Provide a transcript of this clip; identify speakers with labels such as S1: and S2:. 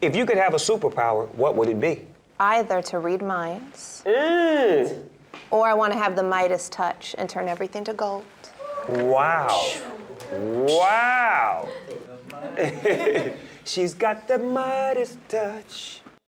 S1: If you could have a superpower, what would it be?
S2: Either to read minds, or I want to have the Midas touch and turn everything to gold.
S1: Wow. Wow. She's got the Midas touch.